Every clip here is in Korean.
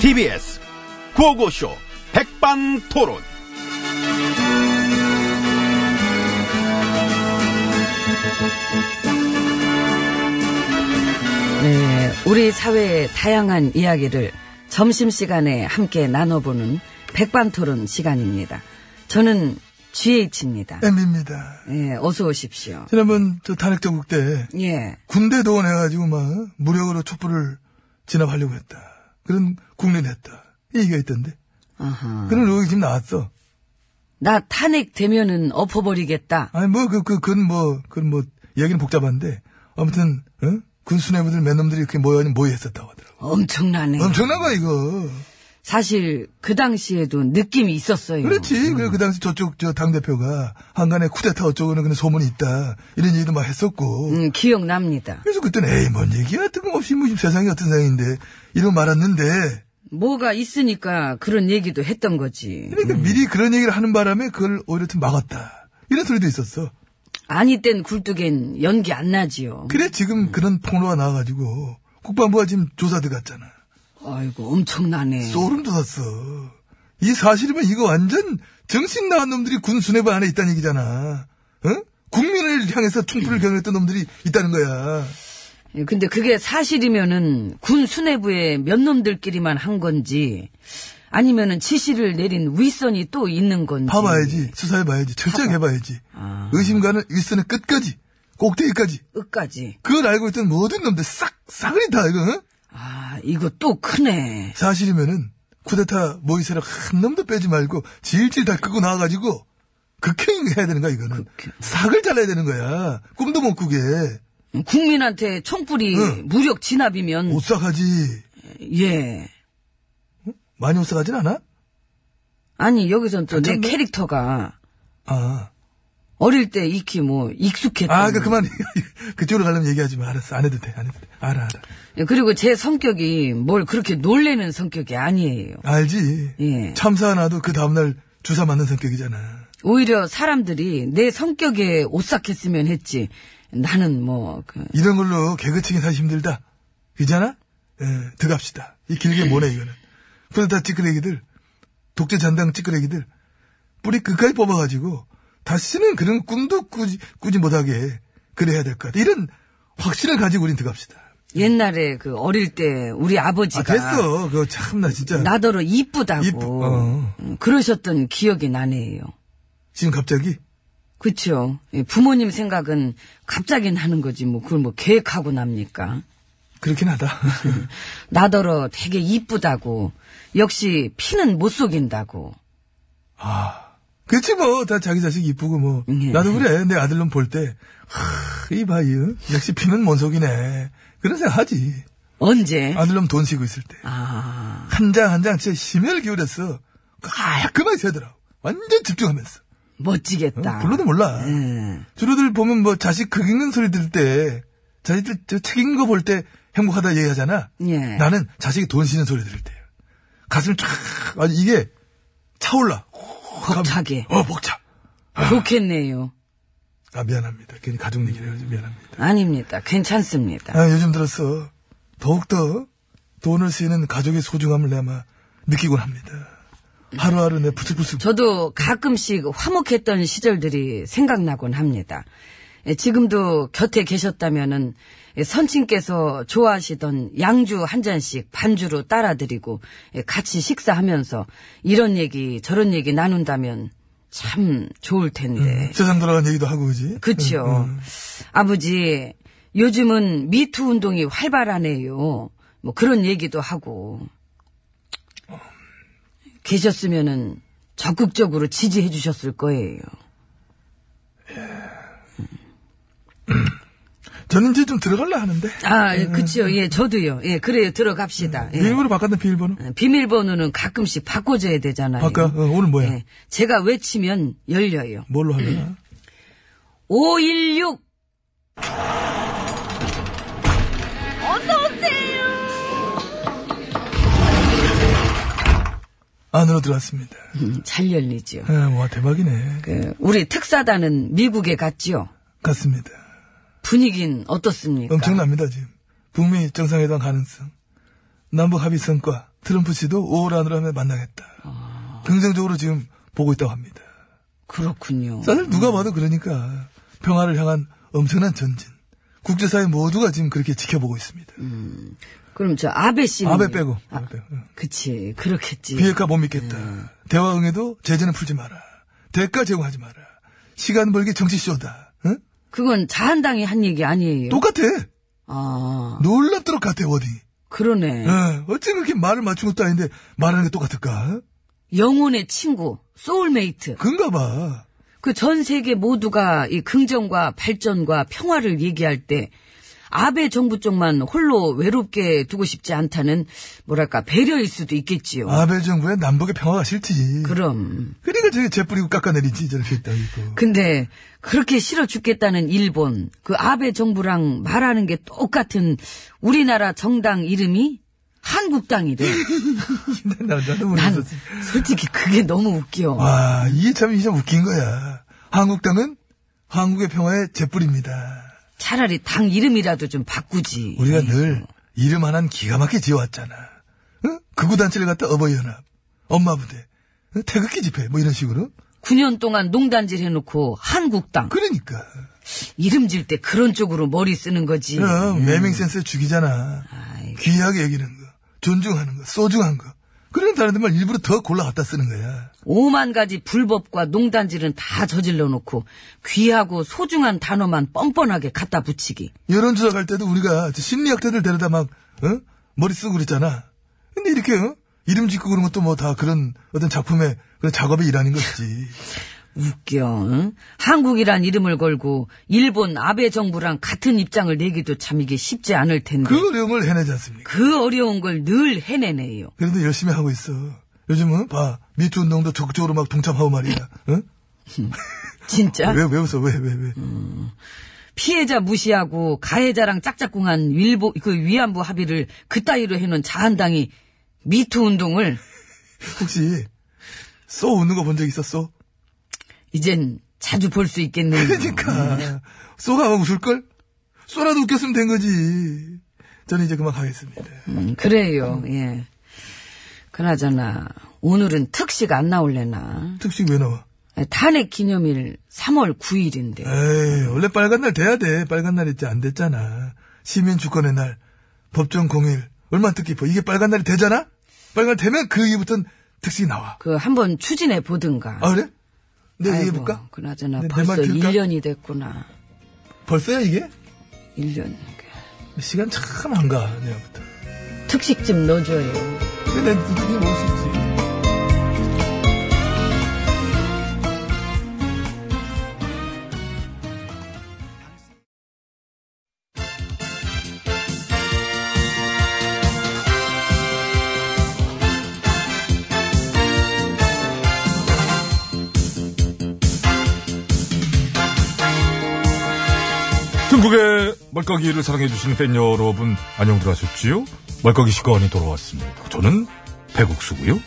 TBS 구호고쇼 백반토론. 네, 우리 사회의 다양한 이야기를 점심시간에 함께 나눠보는 백반토론 시간입니다. 저는 GH입니다. 네. M입니다. 예, 어서 오십시오. 지난번 저 탄핵정국 때 예, 군대 동원해가지고 막 무력으로 촛불을 진압하려고 했다. 그런 국린했다. 이 얘기가 있던데. 아하. 그런 의혹이 지금 나왔어. 나 탄핵되면은 엎어버리겠다. 아니 뭐 그 그 그건 뭐 그건 뭐 얘기는 복잡한데 아무튼 어? 군 수뇌부들 몇 놈들이 이렇게 모여 모여 했었다고 하더라고. 엄청나네. 엄청난 거야 이거. 사실 그 당시에도 느낌이 있었어요. 그렇지. 그래 그 당시 저쪽 저 당 대표가 한간에 쿠데타 어쩌고는 그런 소문이 있다 이런 얘기도 막 했었고. 음, 기억납니다. 그래서 그때는 에이 뭔 얘기야 뜬금없이 뭐 지금 세상이 어떤 세상인데 이러고 말았는데 뭐가 있으니까 그런 얘기도 했던 거지. 그러니까 미리 그런 얘기를 하는 바람에 그걸 오히려 좀 막았다. 이런 소리도 있었어. 아니 땐 굴뚝엔 연기 안 나지요. 그래 지금 그런 폭로가 나와가지고 국방부가 지금 조사 들어갔잖아. 아이고 엄청나네. 소름 돋았어. 이 사실이면 이거 완전 정신 나간 놈들이 군 수뇌부 안에 있다는 얘기잖아. 응? 국민을 향해서 충분을 겨냥했던 놈들이 있다는 거야. 예, 근데 그게 사실이면은 군 수뇌부의 몇 놈들끼리만 한 건지 아니면은 지시를 내린 윗선이 또 있는 건지. 봐봐야지. 음. 수사해봐야지. 철저하게 해봐야지. 아. 의심가는 일선의 끝까지. 꼭대기까지. 끝까지. 그걸 알고 있던 모든 놈들 싹, 싸그리 다, 이거, 어? 응? 아 이거 또 크네. 사실이면은 쿠데타 모의세력 한 놈도 빼지 말고 질질 다 끄고 나와가지고 극행해야 되는 거야 이거는 극행. 삭을 잘라야 되는 거야 꿈도 못 꾸게 국민한테 총불이 응. 무력 진압이면 오싹하지 예. 많이 오싹하진 않아? 아니 여기선 또 내 괜찮네. 캐릭터가 아, 어릴 때 익히 뭐 익숙했던. 아, 그 그만 그쪽으로 가려면 얘기하지 마 알았어 안 해도 돼 안 해도 돼 알아 알아 예, 그리고 제 성격이 뭘 그렇게 놀래는 성격이 아니에요. 알지 예. 참사 나도 그 다음날 주사 맞는 성격이잖아 오히려 사람들이 내 성격에 오싹했으면 했지. 나는 뭐, 그, 이런 걸로 개그치기 사실 힘들다 그잖아 예, 들어갑시다 이 길게 뭐네 이거는 쿠데타 찌끄레기들 독재 잔당 찌끄레기들 뿌리 끝까지 뽑아가지고 다시는 그런 꿈도 꾸지, 꾸지 못하게 그래야 될 것 같아. 이런 확신을 가지고 우린 들어갑시다. 옛날에 그 어릴 때 우리 아, 아버지가. 됐어. 그거 참나 진짜. 나더러 이쁘다고. 이쁘- 어. 음, 그러셨던 기억이 나네요. 지금 갑자기 그쵸. 예, 부모님 생각은 갑자기 나는 거지, 뭐, 그걸 뭐 계획하고 납니까. 그렇긴 하다. 나더러 되게 이쁘다고. 역시 피는 못 속인다고. 그치 뭐 다 자기 자식 이쁘고 뭐 예. 나도 그래 내 아들놈 볼 때 이봐 이 응? 역시 피는 몬석이네 그런 생각하지 언제? 아들놈 돈 쓰고 있을 때 아, 한 장 한 장 진짜 심혈을 기울였어 깔끔하게 세더라고 완전 집중하면서 멋지겠다. 불러도 어, 몰라 예. 주로들 보면 뭐 자식 극 읽는 소리 들을 때 자식들 저 책 읽는 거 볼 때 행복하다 얘기하잖아. 예. 나는 자식이 돈 쓰는 소리 들을 때 가슴 쫙 아니 이게 차올라. 벅차게. 어 벅차. 좋겠네요. 아 미안합니다. 괜히 가족 얘기를 해가지고 미안합니다. 아닙니다. 괜찮습니다. 아 요즘 들었어 더욱더 돈을 쓰이는 가족의 소중함을 내가 아마 느끼곤 합니다. 하루하루 내 부슬부슬 저도 가끔씩 화목했던 시절들이 생각나곤 합니다. 예, 지금도 곁에 계셨다면은 예, 선친께서 좋아하시던 양주 한 잔씩 반주로 따라드리고 예, 같이 식사하면서 이런 얘기 저런 얘기 나눈다면 참 좋을 텐데. 세상 돌아간 얘기도 하고 그지. 그치요. 아버지, 요즘은 미투 운동이 활발하네요. 뭐 그런 얘기도 하고. 계셨으면은 적극적으로 지지해 주셨을 거예요. 저는 이제 좀 들어갈라 하는데 아, 예, 그치요. 예, 저도요. 예, 그래요. 들어갑시다. 예. 비밀번호 바꿨네 비밀번호. 어, 비밀번호는 가끔씩 바꿔줘야 되잖아요. 바꿔 어, 오늘 뭐야? 예. 제가 외치면 열려요. 뭘로 하려나? 516! 안으로 들어왔습니다. 음, 잘 열리지요. 예, 와 대박이네. 그, 우리 특사단은 미국에 갔지요. 같습니다. 그러니까. 분위기는 어떻습니까? 엄청납니다 지금. 북미 정상회담 가능성, 남북 합의 성과 트럼프 씨도 5월 안으로 하면 아. 만나겠다. 긍정적으로 지금 보고 있다고 합니다. 그렇군요. 사실 누가 봐도 그러니까 평화를 향한 엄청난 전진. 국제사회 모두가 지금 그렇게 지켜보고 있습니다. 그럼 저 아베 씨는 아베 빼고. 아, 아베 빼고. 응. 그치 그렇겠지. 예. 비핵화 못 믿겠다. 대화응에도 제재는 풀지 마라. 대가 제공하지 마라. 시간 벌기 정치쇼다. 응? 그건 자한당이 한 얘기 아니에요. 똑같아. 아 놀랍도록 같아, 워딩이. 그러네. 응. 어째 그렇게 말을 맞춘 것도 아닌데 말하는 게 똑같을까? 영혼의 친구 소울메이트. 그런가 봐. 그 전 세계 모두가 이 긍정과 발전과 평화를 얘기할 때 아베 정부 쪽만 홀로 외롭게 두고 싶지 않다는 뭐랄까 배려일 수도 있겠지요. 아베 정부의 남북의 평화가 싫지. 예. 그 그럼. 러니까 저게 재뿌리고 깎아내리지, 저렇게 있다, 이거. 근데 그렇게 싫어 죽겠다는 일본 그 아베 정부랑 말하는 게 똑같은 우리나라 정당 이름이 한국당이래. 나, 나도 난 모르겠었어. 솔직히 그게 너무 웃겨. 와, 이게 참, 이게 참 웃긴 거야. 한국당은 한국의 평화의 재뿌리입니다. 차라리 당 이름이라도 좀 바꾸지. 우리가 늘 이름 하나는 기가 막히게 지어왔잖아. 응? 극우단체를 갖다 어버이연합, 엄마부대, 응? 태극기 집회, 뭐 이런 식으로. 9년 동안 농단질 해놓고 한국당 그러니까. 이름 질 때 그런 쪽으로 머리 쓰는 거지. 그럼, 매밍센스 예, 죽이잖아. 아이고. 귀하게 여기는 거, 존중하는 거, 소중한 거. 그런 다른 말 일부러 더 골라 갖다 쓰는 거야. 오만 가지 불법과 농단질은 다 저질러 놓고 귀하고 소중한 단어만 뻔뻔하게 갖다 붙이기. 여론조사 갈 때도 우리가 저 심리학자들 데려다 막, 어? 머리 쓰고 그랬잖아. 근데 이렇게, 어? 이름 짓고 그런 것도 뭐 다 그런 어떤 작품의 그런 작업의 일환인 것이지. 웃겨. 응? 한국이란 이름을 걸고 일본 아베 정부랑 같은 입장을 내기도 참 이게 쉽지 않을 텐데 그 그, 어려움을 해내지 않습니까? 어려운 걸 늘 해내네요. 그래도 열심히 하고 있어. 요즘은 봐 미투 운동도 적극적으로 막 동참하고 말이야. 응? 진짜 왜, 왜 웃어? 왜, 왜, 왜? 음. 피해자 무시하고 가해자랑 짝짝꿍한 일보 그 위안부 합의를 그따위로 해놓은 자한당이 미투 운동을 혹시 쏘 웃는 거 본 적 있었어? 이젠 자주 볼 수 있겠네요. 그러니까 쏘가 막 웃을 걸? 쏘라도 웃겼으면 된 거지. 저는 이제 그만 가겠습니다. 음, 그래요. 예. 그나저나 오늘은 특식 안 나올래나. 특식 왜 나와? 탄핵 기념일 3월 9일인데. 에이, 원래 빨간 날 돼야 돼. 빨간 날 있지 안 됐잖아. 시민 주권의 날, 법정 공휴일. 얼마나 뜻깊어. 이게 빨간 날이 되잖아? 빨간 날 되면 그 이후부터는 특식이 나와. 그 한번 추진해 보든가. 아, 그래? 내가 아이고, 얘기해볼까? 네, 그나저나 내- 내말 벌써 들을까? 1년이 됐구나. 벌써야 이게? 1년. 시간 참 안 가, 내가부터. 특식 좀 넣어줘요. 근데 난 어떻게 먹을 수 있지? 중국의 말까기를 사랑해주시는 팬 여러분, 안녕들 하셨지요? 말까기 시간이 돌아왔습니다. 저는 배국수고요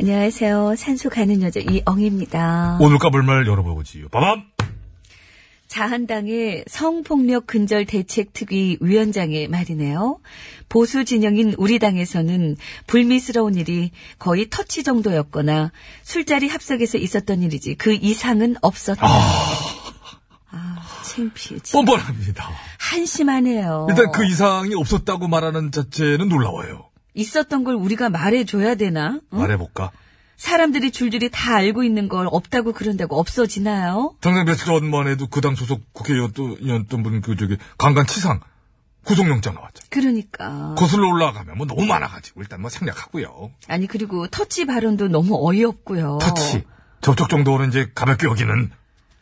안녕하세요. 산소 가는 여자 이엉입니다. 오늘 까불 말 열어보지요. 빠밤! 자한당의 성폭력 근절 대책 특위 위원장의 말이네요. 보수 진영인 우리 당에서는 불미스러운 일이 거의 터치 정도였거나 술자리 합석에서 있었던 일이지 그 이상은 없었다. 아, 어? 창피해. 진짜. 뻔뻔합니다. 한심하네요. 일단 그 이상이 없었다고 말하는 자체는 놀라워요. 있었던 걸 우리가 말해줘야 되나? 응? 말해볼까? 사람들이 줄줄이 다 알고 있는 걸 없다고 그런다고 없어지나요? 당장 며칠 전만 해도 그 당 소속 국회의원이었던 분, 그, 저기, 강간 치상, 구속영장 나왔죠. 그러니까. 거슬러 올라가면 뭐 너무 많아가지고, 일단 뭐 생략하고요. 아니 그리고 터치 발언도 너무 어이없고요. 터치, 접촉 정도는 이제 가볍게 여기는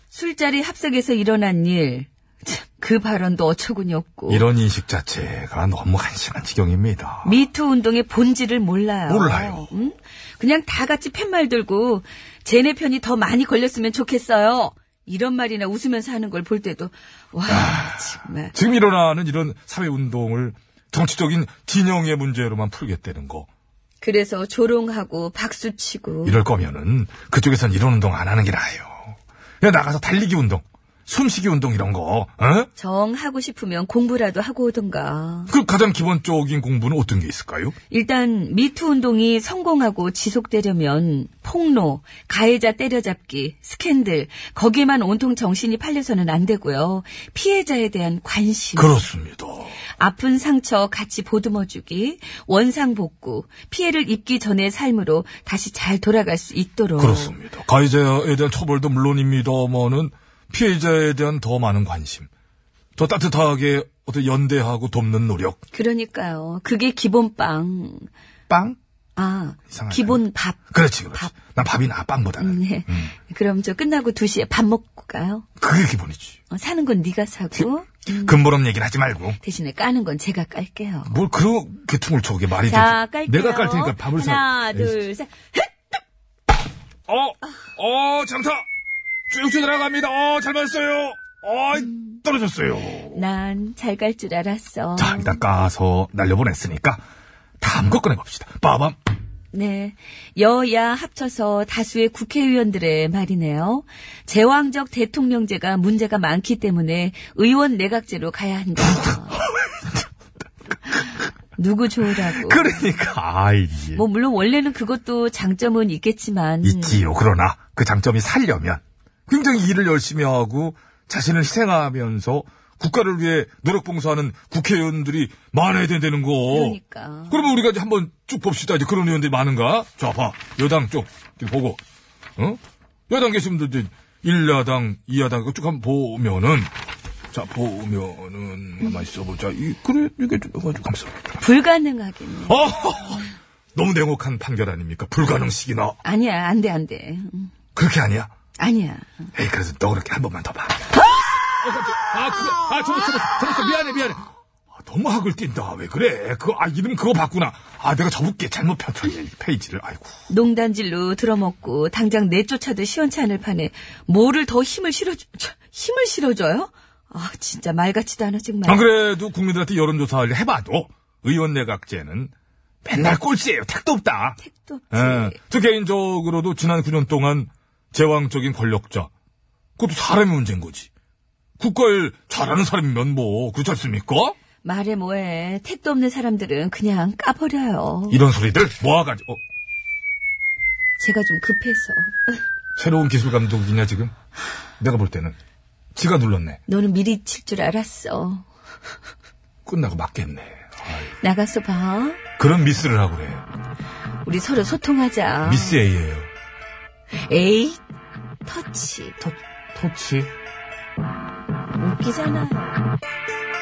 술자리 합석에서 일어난 일. 참, 그 발언도 어처구니 없고. 이런 인식 자체가 너무 한심한 지경입니다. 미투 운동의 본질을 몰라요. 몰라요. 응? 그냥 다 같이 팻말 들고 쟤네 편이 더 많이 걸렸으면 좋겠어요. 이런 말이나 웃으면서 하는 걸 볼 때도 와 아. 정말 지금 일어나는 이런 사회운동을 정치적인 진영의 문제로만 풀겠다는 거. 그래서 조롱하고 박수치고 이럴 거면은 그쪽에선 이런 운동 안 하는 게 나아요. 그냥 나가서 달리기 운동. 숨쉬기 운동 이런 거. 어? 정하고 싶으면 공부라도 하고 오던가. 그 가장 기본적인 공부는 어떤 게 있을까요? 일단 미투 운동이 성공하고 지속되려면 폭로, 가해자 때려잡기, 스캔들 거기에만 온통 정신이 팔려서는 안 되고요. 피해자에 대한 관심, 그렇습니다. 아픈 상처 같이 보듬어주기, 원상 복구, 피해를 입기 전의 삶으로 다시 잘 돌아갈 수 있도록 그렇습니다. 가해자에 대한 처벌도 물론입니다만은 피해자에 대한 더 많은 관심, 더 따뜻하게 어떤 연대하고 돕는 노력. 그러니까요. 그게 기본빵. 빵? 아, 이상하네. 기본 밥. 그렇지, 그렇지. 밥. 난 밥이나 아, 빵보다는. 네. 그럼 저 끝나고 2시에 밥 먹고 가요. 그게 기본이지. 어, 사는 건 네가 사고 근본업 얘기는 하지 말고. 대신에 까는 건 제가 깔게요. 뭘 그렇게 퉁을 쳐, 그게 말이 자, 되지. 깔게요. 네, 내가 깔 테니까 밥을 사. 네. 하나, 에이, 둘, 셋. 어, 어, 장타! 쭉쭉 들어갑니다. 어, 잘 맞았어요. 어, 떨어졌어요. 난 잘 갈 줄 알았어. 자, 일단 까서 날려보냈으니까 다음 거 꺼내봅시다. 빠밤. 네. 여야 합쳐서 다수의 국회의원들의 말이네요. 제왕적 대통령제가 문제가 많기 때문에 의원 내각제로 가야 한다. 누구 좋으라고. 그러니까 아이 예. 뭐 물론 원래는 그것도 장점은 있겠지만 있지요. 그러나 그 장점이 살려면 굉장히 일을 열심히 하고 자신을 희생하면서 국가를 위해 노력 봉사하는 국회의원들이 많아야 된다는 거. 그러니까. 그러면 우리가 이제 한번 쭉 봅시다. 이제 그런 의원들이 많은가? 자, 봐. 여당 쪽 이렇게 보고. 어? 여당 계신 분들 이제 1야당, 2야당 쭉 한번 보면은 자, 보면은 가만 있어 보자. 이 그래 이게 좀 이거 좀 감사합니다. 불가능하겠네. 아! 너무 냉혹한 판결 아닙니까? 불가능식이나. 아니야, 안 돼, 안 돼. 음, 그렇게 아니야? 아니야. 에이, 그래서 너 그렇게 한 번만 더 봐. 어, 깜짝이야. 아, 그거, 아, 저거, 저거, 저거, 저거, 미안해, 미안해. 아, 너무 학을 띈다. 왜 그래? 그, 아, 이름 그거 봤구나. 아, 내가 접을게. 잘못 펼쳤네, 페이지를. 아이고. 농단질로 들어먹고 당장 내쫓아도 시원치 않을 판에 뭐를 더 힘을 실어줘, 저, 힘을 실어줘요? 아, 진짜 말 같지도 않아, 정말. 안 그래도 국민들한테 여론조사를 해봐도 의원 내각제는 맨날 꼴찌예요. 택도 없다. 택도 없지. 예. 저 개인적으로도 지난 9년 동안 제왕적인 권력자. 그것도 사람의 문제인 거지. 국가를 잘하는 사람이면 뭐, 그렇지 않습니까? 말해 뭐해. 택도 없는 사람들은 그냥 까버려요. 이런 소리들 모아가지고. 어, 제가 좀 급해서. 새로운 기술 감독이냐, 지금? 내가 볼 때는. 지가 눌렀네. 너는 미리 칠 줄 알았어. 끝나고 맞겠네. 아이, 나가서 봐. 그런 미스를 하고 그래. 우리 서로 소통하자. 미스 A예요. 에이, 터치. 터, 터치. 웃기잖아요.